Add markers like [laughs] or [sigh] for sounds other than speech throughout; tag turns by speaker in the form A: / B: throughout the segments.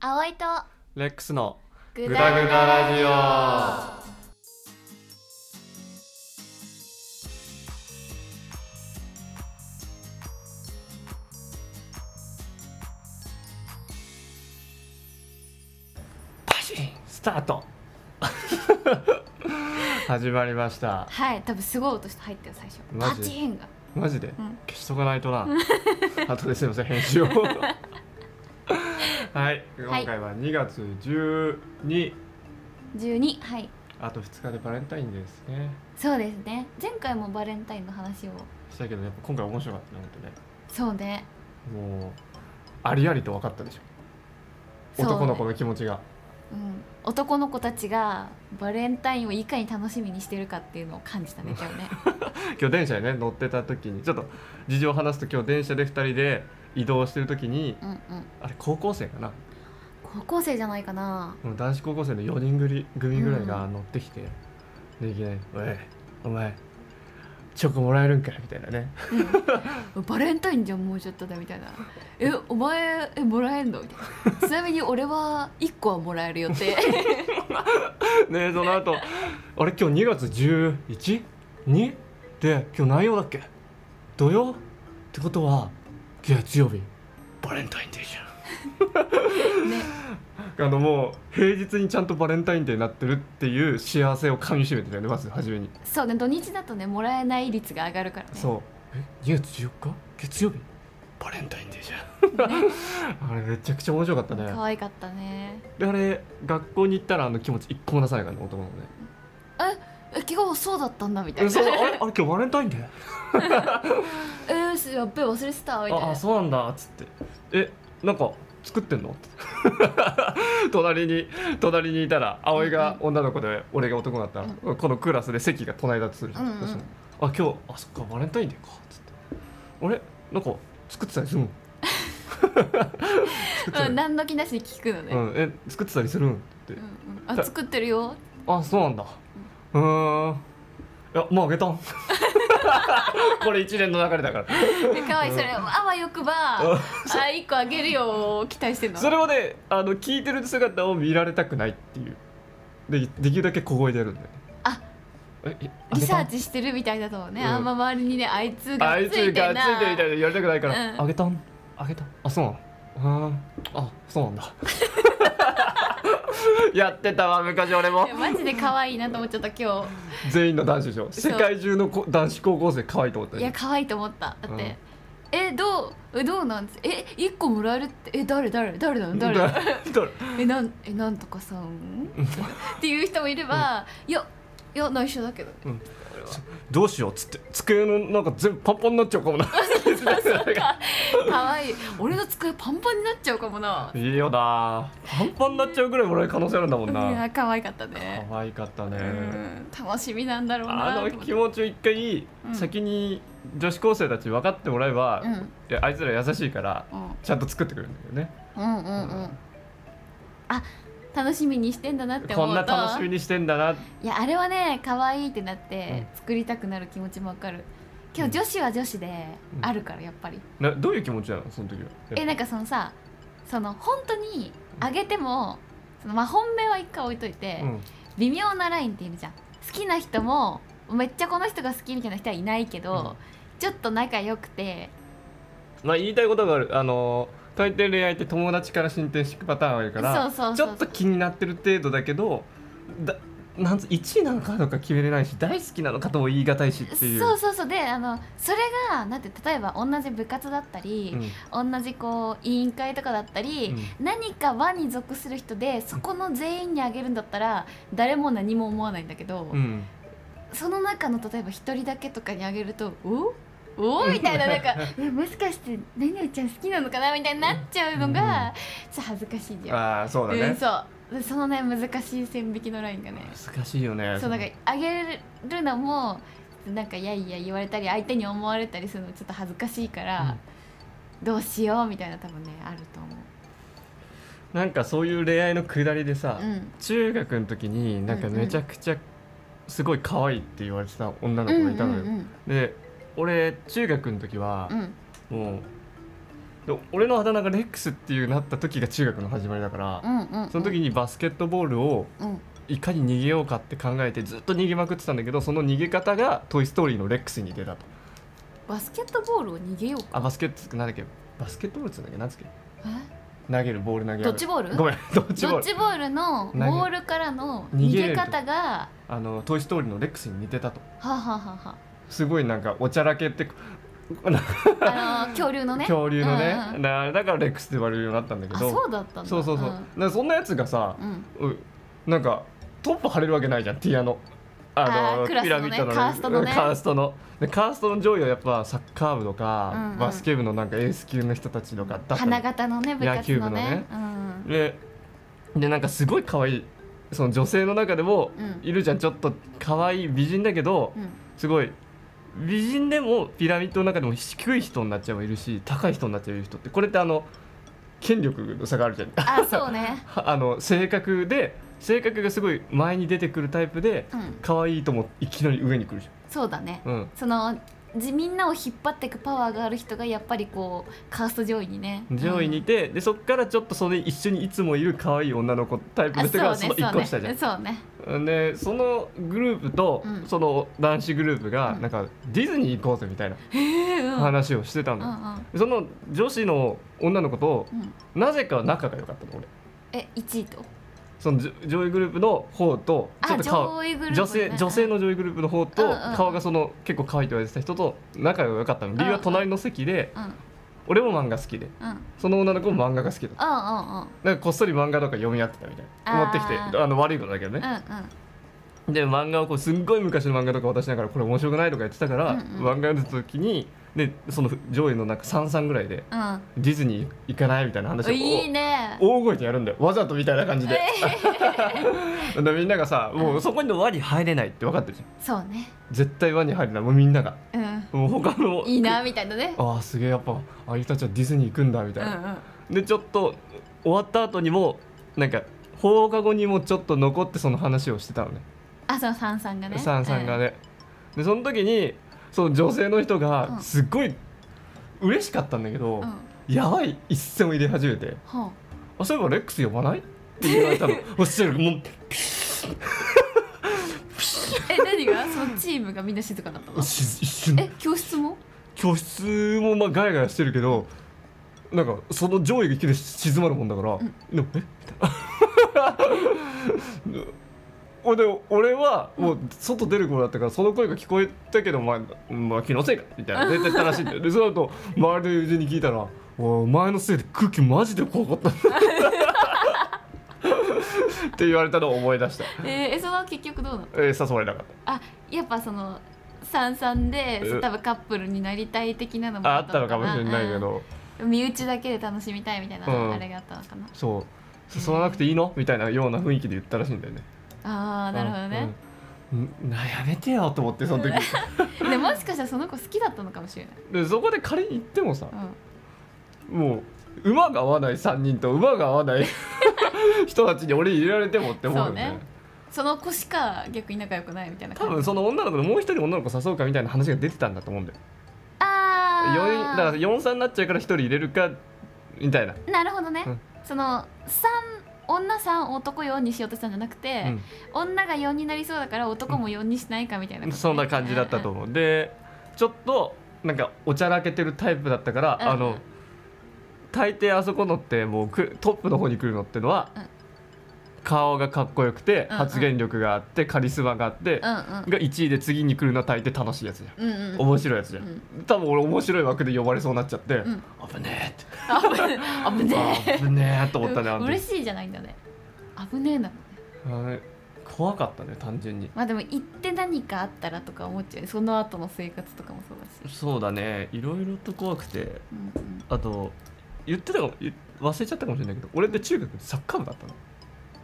A: 葵と
B: レックスの
A: グ
B: グダグダラジオパシンスタート [laughs] 始まりました
A: はい多分すごい音して入ったよ最初
B: マ
A: パ
B: ジ
A: チンが
B: マジで、
A: ん
B: 消しとかないとな [laughs] 後ですいません編 [laughs] 集をはい今回は2月12、
A: 12はい
B: あと2日でバレンタインデーですね
A: そうですね前回もバレンタインの話を
B: したけどやっぱ今回面白かったね本
A: そうね
B: 当ねもうありありと分かったでしょ
A: そうね
B: 男の子の気持ちが
A: うん男の子たちがバレンタインをいかに楽しみにしてるかっていうのを感じたね今
B: [laughs]
A: 日ね
B: 今日電車にね乗ってた時にちょっと事情を話すと今日電車で2人で移動してる時に
A: うんうん
B: あれ高校生かな
A: 高校生じゃないかな
B: うん男子高校生の4人組組ぐらいが
A: う
B: 乗ってきて、でいきなり「おいお前チョコもらえるんかい」みたいなね
A: バレンタインじゃんもうちょっとだみたい
B: [laughs]
A: な「えお前えもらえんの?」みたいなちなみに俺は1個はもらえる予
B: [laughs]
A: 定
B: ねその後あれ今日2月 11?2? で今日何曜だっけ土曜ってことは月曜日バレンタインデーじ [laughs]
A: ね
B: ゃんあのもう平日にちゃんとバレンタインデーになってるっていう幸せをかみしめてたよねまず初めに
A: そうね土日だとねもらえない率が上がるからね
B: そうえ2月14日月曜日バレンタインデーじゃん [laughs] あれめちゃくちゃ面白かったね
A: 可愛かったね
B: であれ学校に行ったらあの気持ち一個も出さないからね男の子ね
A: え昨日そうだったんだみたい
B: え
A: な
B: そうあれあれ今日バレンタインデー
A: えーすやっべ忘れてたみたい
B: ああ
A: な
B: そうなんだっつってえなんか作ってんのって [laughs] 隣に隣にいたら葵が女の子で俺が男だったら、このクラスで席が隣だとするじゃん、
A: うんうん
B: そしたらあ今日あそっかバレンタインデーかっつってあれなんか作ってたりするん作ってた
A: [laughs]
B: り
A: うん何の気なしに聞くのね、
B: [laughs] うん、え作ってたりするんって、
A: うんうんあ作ってるよ
B: あそうなんだうーんいやもうあげたん [laughs] これ一連の流れだから
A: で可愛いそれあわよくば
B: うん
A: あ一個あげるよを期待してんの
B: それをねあの聞いてる姿を見られたくないっていうでできるだけ小声でやるんだよね
A: あ
B: ええあ
A: リ
B: げ
A: サ
B: た
A: ーチしてるみたいだとね、
B: うん
A: あんま周りにねあいつが
B: あい
A: つ
B: つ
A: いてん
B: がついてみ
A: な
B: たいなやりたくないから、
A: うん
B: あげたんあげたあそうなのうーんあそうなん
A: [laughs]
B: だやってたわ昔俺も
A: いやマジで可愛いなと思っちゃった今
B: 全員の男子でしょ
A: そう
B: 世界中の子男子高校生可愛いと思った
A: 日
B: よ
A: いや可愛いと思っただって、
B: うん
A: えどうえどうなんですえ一個もらえるってえ誰誰誰だ誰だ
B: 誰
A: えなんえなんとかさんっていう人もいれば、いやいや内緒だけど
B: どうしようっつって机のなんか全部パンパンになっちゃう
A: [laughs]
B: かもな
A: 可愛いい俺の机パンパンになっちゃうかもない
B: いよなパンパンになっちゃうぐらいもらえる可能性あるんだもん
A: い
B: な
A: や可愛かったね
B: 可愛かったね
A: うん楽しみなんだろうな
B: あ
A: と思
B: の
A: って
B: 気持ちを一回
A: うん
B: 先に女子高生たち分かってもらえば、
A: うん
B: いやあいつら優しいから
A: うん
B: ちゃんと作ってくれるんだけどね
A: うんうんうんあ楽しみにしてんだなって思
B: こ
A: うんと
B: な楽しみにしてんだない
A: やあれはね可愛いってなって、
B: う
A: 作りたくなる気持ちもわかるけど女子は女子で
B: うん
A: あるからやっぱり、
B: などういう気持ちなのその時は
A: えなんかそのさその本当にあげてもそのまあ本命は一回置いといて、
B: うん
A: 微妙なラインっているじゃん好きな人もめっちゃこの人が好きみたいな人はいないけど、ちょっと仲良くて
B: まあ、言いたいことがあるあの大抵恋愛って友達から進展していくパターンがあるか
A: そう
B: ら
A: そうそう
B: ちょっと気になってる程度だけどだなんつ1位なのかどうか決めれないし大好きなのかとも言い難いしっていう。
A: そうそうそうであのそれがなんて例えば同じ部活だったり、
B: うん
A: 同じこう委員会とかだったり、
B: う
A: 何か輪に属する人でそこの全員にあげるんだったら誰も何も思わないんだけど、
B: ん
A: その中の例えば一人だけとかにあげるとおおみたいななん
B: [laughs]
A: かえもしかして何々ちゃん好きなのかなみたいになっちゃうのが、ちょっと恥ずかしいんだよ。
B: ああそうだ
A: うん、
B: ね、
A: そうそのね難しい線引きのラインがね
B: 難しいよね
A: そうなんかあげるのもなんかいやいや言われたり相手に思われたりするのちょっと恥ずかしいから、どうしようみたいな多分ねあると思
B: なんかそういう恋愛のくだりでさ、
A: ううん
B: 中学の時になんかめちゃくちゃすごい可愛いって言われてた女の
A: うんう
B: 子がい
A: ん
B: たのよ、
A: うん
B: で俺中学の時は
A: うん
B: もうで俺のあだ名がレックスっていうなった時が中学の始まりだから、
A: うんうんうん
B: その時にバスケットボールを
A: うん
B: いかに逃げようかって考えてずっと逃げまくってたんだけどその逃げ方が「トイ・ストーリー」のレックスに似てたと
A: バスケットボールを逃げようか
B: あバスケットなんだっけバスケットボールっつうんだっけなんつうっ
A: え
B: け投げるボール投げる
A: ドッジボール
B: ごめんドッジボ
A: ド
B: ー
A: ッ
B: ル
A: ジボールの
B: 投げ
A: ボールからの
B: 逃
A: 逃
B: げる
A: げ方が
B: あの「トイ・ストーリー」のレックスに似てたと
A: はあはあはあは
B: すごいなんかおちゃらけって
A: ああの恐竜のね
B: 恐竜のね、
A: うんうん
B: だだからレックスって言われるようになったんだけ
A: あ
B: ど
A: そうだったんだ
B: そうそうそう、だからそんなやつがさ、
A: うんうん
B: うなんかトップ張れるわけないじゃんティアの。あ
A: あークラスのねカーストのね
B: カーストのでカーストの上位はやっぱサッカー部とか、
A: うんうん
B: バスケ部のなんかエース級の人たちとかだった
A: 花
B: の
A: 形のね部
B: 野
A: 活
B: 球部
A: の
B: のね
A: ねうん
B: ででなんかすごい可愛いその女性の中でも
A: うん
B: いるじゃんちょっと可愛い美人だけど
A: うん
B: すごい美人でもピラミッドの中でも低い人になっちゃういるし高い人になっちゃう人ってこれってあの権力の差があるじゃん [laughs]
A: あそうね
B: あの性格で性格がすごい前に出てくるタイプで
A: うん
B: 可愛いともいきなり上に来るじ
A: そうだね
B: ゃん、うん、
A: そのじみんなを引っ張っていくパワーがある人がやっぱりこうカースト上位にね
B: 上位にいて、でそっからちょっとそれ一緒にいつもいる可愛い女の子タイプ
A: あ
B: の
A: そ
B: 人
A: うねそう
B: がその
A: ね
B: 1個下じゃん
A: そうね
B: でそのグループと
A: うん
B: その男子グループが
A: うん
B: なんかディズニー行こうぜみたいな
A: へえうんうん
B: 話をしてた
A: う
B: の、
A: ん
B: その女子の女の子と
A: うん
B: なぜか仲が良かったの俺
A: え一位とそ
B: そのじょ上位グループの方とちょ
A: あ
B: っと顔
A: 上位グループね
B: 女性女性の女優グループの方と
A: うんうんうん
B: 顔がその結構可愛いと言われてた人と仲が良かったの理由は隣の席で
A: うんうん
B: 俺も漫画好きで
A: うんうん
B: その女の子も漫画が好きだった
A: うんうん
B: なんかこっそり漫画とか読み合ってたみたい
A: あ
B: な
A: ー
B: 持ってきてあの悪いことだけど
A: うん
B: ねで漫画をこうすんごい昔の漫画とか渡しながらこれ面白くないとか言ってたから
A: うんうん
B: 漫画読んでた時にでその上位のなんか33ぐらいで
A: うん
B: ディズニー行かないみたいな話
A: う
B: を
A: んいいね
B: 大声でやるんだよわざとみたいな感じで [laughs] でみんながさもうそこに輪に入れないって分かってるじゃん
A: そうね
B: 絶対輪に入れないもうみんなが
A: うん
B: もう他の
A: いいなみたいなね
B: ああすげえやっぱあゆたちはディズニー行くんだみた
A: う
B: い
A: んう
B: な、
A: ん
B: でちょっと終わった後にもなんか放課後にもちょっと残ってその話をしてたのね
A: あその三三がね
B: さんさんがね、でその時にその女性の人
A: うん
B: がすっごい嬉しかったんだけ
A: う
B: ど
A: ん、うん
B: やばい一線を入れ始めて
A: ほう
B: 「あそういえばレックス呼ばない?」って言われ
A: [laughs]
B: たのおっしゃるもう
A: え何
B: [laughs]
A: がそのチームがみんな静かだったの
B: 一瞬
A: え教室も
B: 教室もまあガヤガヤしてるけどなんかその上位が一気に静まるもんだから、
A: ん
B: でもえみたいな [laughs] おで俺はもう外出る頃だったからその声が聞こえたけど、まあ、まあ気のせいかみたいな出てったらしいんだよでその後周りの友人に聞いたら「おいお前のせいで空気マジで怖かった」って言われたのを思い出した、
A: えーえその結局どうなの
B: えー誘われなかっ
A: あやっぱその三三で
B: うん
A: 多分カップルになりたい的なのも
B: たああったのかもしれないけ
A: うん
B: ど、
A: うん身内だけで楽しみたいみたいな、
B: うん
A: あれがあったのかな
B: そう誘わなくていいのみたいなような雰囲気で言ったらしいんだよね
A: あーなるほどね、
B: うん。なやめてよと思ってその時
A: でもしかしたらその子好きだったのかもしれない、
B: でそこで仮に行ってもさ
A: うん、
B: もう馬が合わない3人と馬が合わない
A: [laughs]
B: 人たちに俺入れられてもって思うよね
A: そうねその子しか逆に仲良くないみたいな
B: 多
A: 感じ
B: 分その女の子でもう一人女の子誘うかみたいな話が出てたんだと思うんだよ四人だ
A: あ
B: から
A: あ
B: 43になっちゃうから一人入れるかみたいな、
A: なるほどね、
B: うん
A: その三女3男4にしようとしたんじゃなくて、女が4になりそうだから男も4にしないかみたいなこと
B: うん、
A: ね
B: そんな感じだったと思うでちょっとなんかおちゃらけてるタイプだったから、
A: うん
B: あの大抵あそこのってもうくトップの方に来るのってのは、
A: うん
B: 顔がかっこよくて、
A: うんうん
B: 発言力があってカリスマがあって
A: う、んうん
B: が1位で次に来るのは大抵楽しいやつじゃ
A: うんうんうん
B: ん面白いやつじゃん、
A: うん
B: 多分俺面白い枠で呼ばれそうになっちゃって、
A: ん
B: 危ね
A: あぶ
B: えって
A: ねえ
B: あ危ねえと思ったねあの時
A: 嬉しいじゃないんだね危ねえなのね
B: あれ怖かったね単純に
A: まあでも行って何かあったらとか思っちゃうねその後の生活とかもそうだし、
B: そうだねいろいろと怖くて
A: うんうん、
B: あと言ってたかもい忘れちゃったかもしれないけど俺って中学サッカー部だったの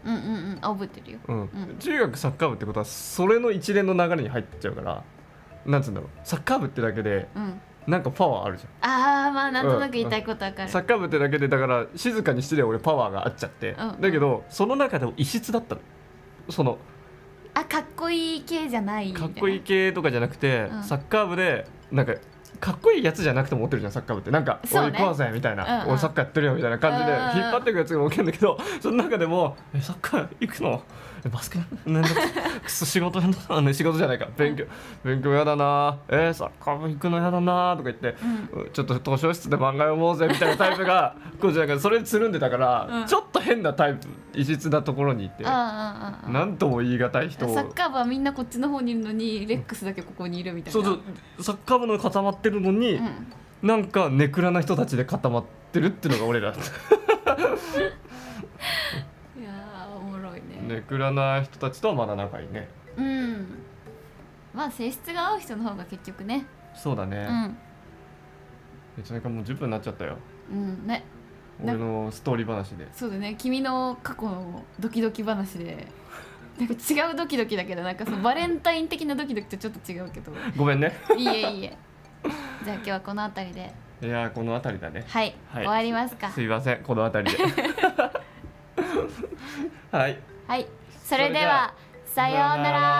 A: うんうんうんあ覚えてるよ
B: うん
A: ん
B: 中学サッカー部ってことはそれの一連の流れに入っちゃうからなんつうんだろうサッカー部ってだけで
A: うん
B: なんかパワーあるじゃ
A: ああまあなんとなく言いたいことわか
B: ん
A: る
B: サッカー部ってだけでだから静かにしてりゃ俺パワーがあっちゃって、
A: うんうん
B: だけどその中でも異質だったのその
A: あかっこいい系じゃないみた
B: か
A: いな
B: っこいい系とかじゃなくて、
A: うん
B: サッカー部でなんかかっこいいやつじゃなくても持ってるじゃんサッカー部ってなんか「
A: そうね
B: おい行こうぜ」みたいな
A: うんう
B: 「
A: ん
B: 俺サッカーやってるよ」みたいな感じで
A: うんうんうん
B: 引っ張ってくやつが多いんだけどその中でも「えサッカー行くのえバスケなんだくそ仕事やだ [laughs] な、ね、仕事じゃないか勉強勉強やだなえーサッカー部行くのやだな」とか言って
A: うん
B: 「ちょっと図書室で漫画読もうぜ」みたいなタイ
A: [laughs]
B: プがこうじゃなくてそれにつるんでたから、
A: うん
B: ちょっと変なタイプ異質なところにいて
A: ああああああ
B: なんとも言い難い人を
A: サッカー部はみんなこっちの方にいるのにレックスだけここにいるみたいな
B: そうそうサッカー部の固まってるのに、
A: うん
B: なんかネクラな人たちで固まってるっていうのが俺ら [laughs]
A: いやーおもろいね
B: ネクラな人たちとはまだ仲いいね
A: うんまあ性質が合う人の方が結局ね
B: そうだ
A: う
B: ね、
A: ん
B: めちゃめちゃもう10分になっちゃったよ
A: うんねな
B: 俺のストーリー話で
A: そうだね君の過去のドキドキ話で [laughs] なんか違うドキドキだけどなんかそのバレンタイン的なドキドキとちょっと違うけど
B: ごめんね
A: いいえいいえじゃあ今日はこの辺りで
B: いやーこの辺りだね
A: はい、
B: はい
A: 終わりますか
B: すいませんこの辺
A: [laughs]
B: りではい
A: はいそれで
B: それで
A: は
B: は
A: さようなら